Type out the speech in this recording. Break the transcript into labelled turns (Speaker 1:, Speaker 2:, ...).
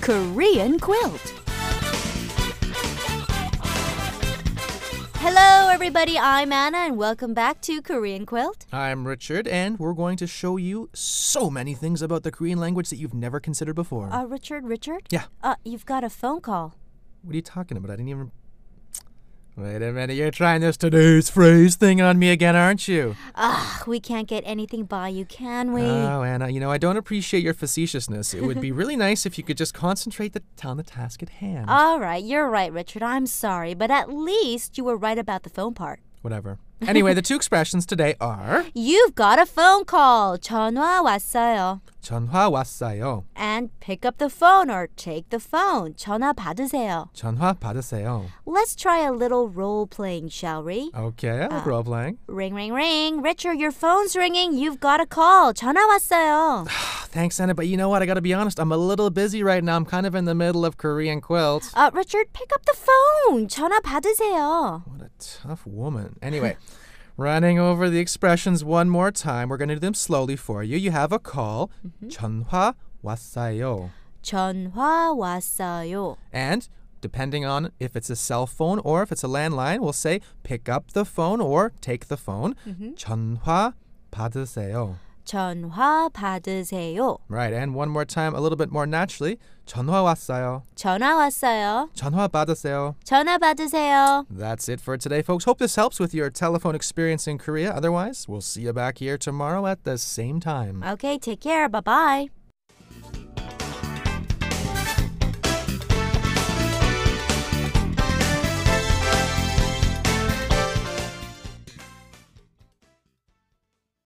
Speaker 1: Korean quilt. Hello, everybody. I'm Anna, and welcome back to Korean Quilt.
Speaker 2: I'm Richard, and we're going to show you so many things about the Korean language that you've never considered before.
Speaker 1: Uh, Richard, Richard?
Speaker 2: Yeah.
Speaker 1: Uh, you've got a phone call.
Speaker 2: what are you talking about? I didn't even. Wait a minute, you're trying this today's phrase thing on me again, aren't you?
Speaker 1: Ugh, we can't get anything by you, can we?
Speaker 2: Oh, Anna, you know, I don't appreciate your facetiousness. It would be really nice if you could just concentrate the, on the task at hand.
Speaker 1: All right, you're right, Richard. I'm sorry, but at least you were right about the phone part.
Speaker 2: Whatever. Anyway, the two expressions today are
Speaker 1: You've got a phone call. 전화 왔어요.
Speaker 2: 전화 왔어요.
Speaker 1: And pick up the phone or take the phone. 전화 받으세요.
Speaker 2: 전화 받으세요.
Speaker 1: Let's try a little role playing, shall we?
Speaker 2: Okay, I like role playing.
Speaker 1: Ring, ring, ring. Richard, your phone's ringing. You've got a call. 전화 왔어요.
Speaker 2: Thanks, Anna, but you know what? I gotta be honest, I'm a little busy right now. I'm kind of in the middle of Korean quilts.
Speaker 1: Uh, Richard, pick up the phone. 전화 받으세요.
Speaker 2: What a tough woman. Anyway, running over the expressions one more time. We're going to do them slowly for you. You have a call. 전화 왔어요.
Speaker 1: 전화 왔어요.
Speaker 2: And depending on if it's a cell phone or if it's a landline, we'll say pick up the phone or take the phone. 전화 받으세요.
Speaker 1: 전화 받으세요.
Speaker 2: Right, and one more time, a little bit more naturally. 전화 왔어요.
Speaker 1: 전화 왔어요.
Speaker 2: 전화 받으세요.
Speaker 1: 전화 받으세요.
Speaker 2: That's it for today, folks. Hope this helps with your telephone experience in Korea. Otherwise, we'll see you back here tomorrow at the same time.
Speaker 1: Okay, take care. Bye bye.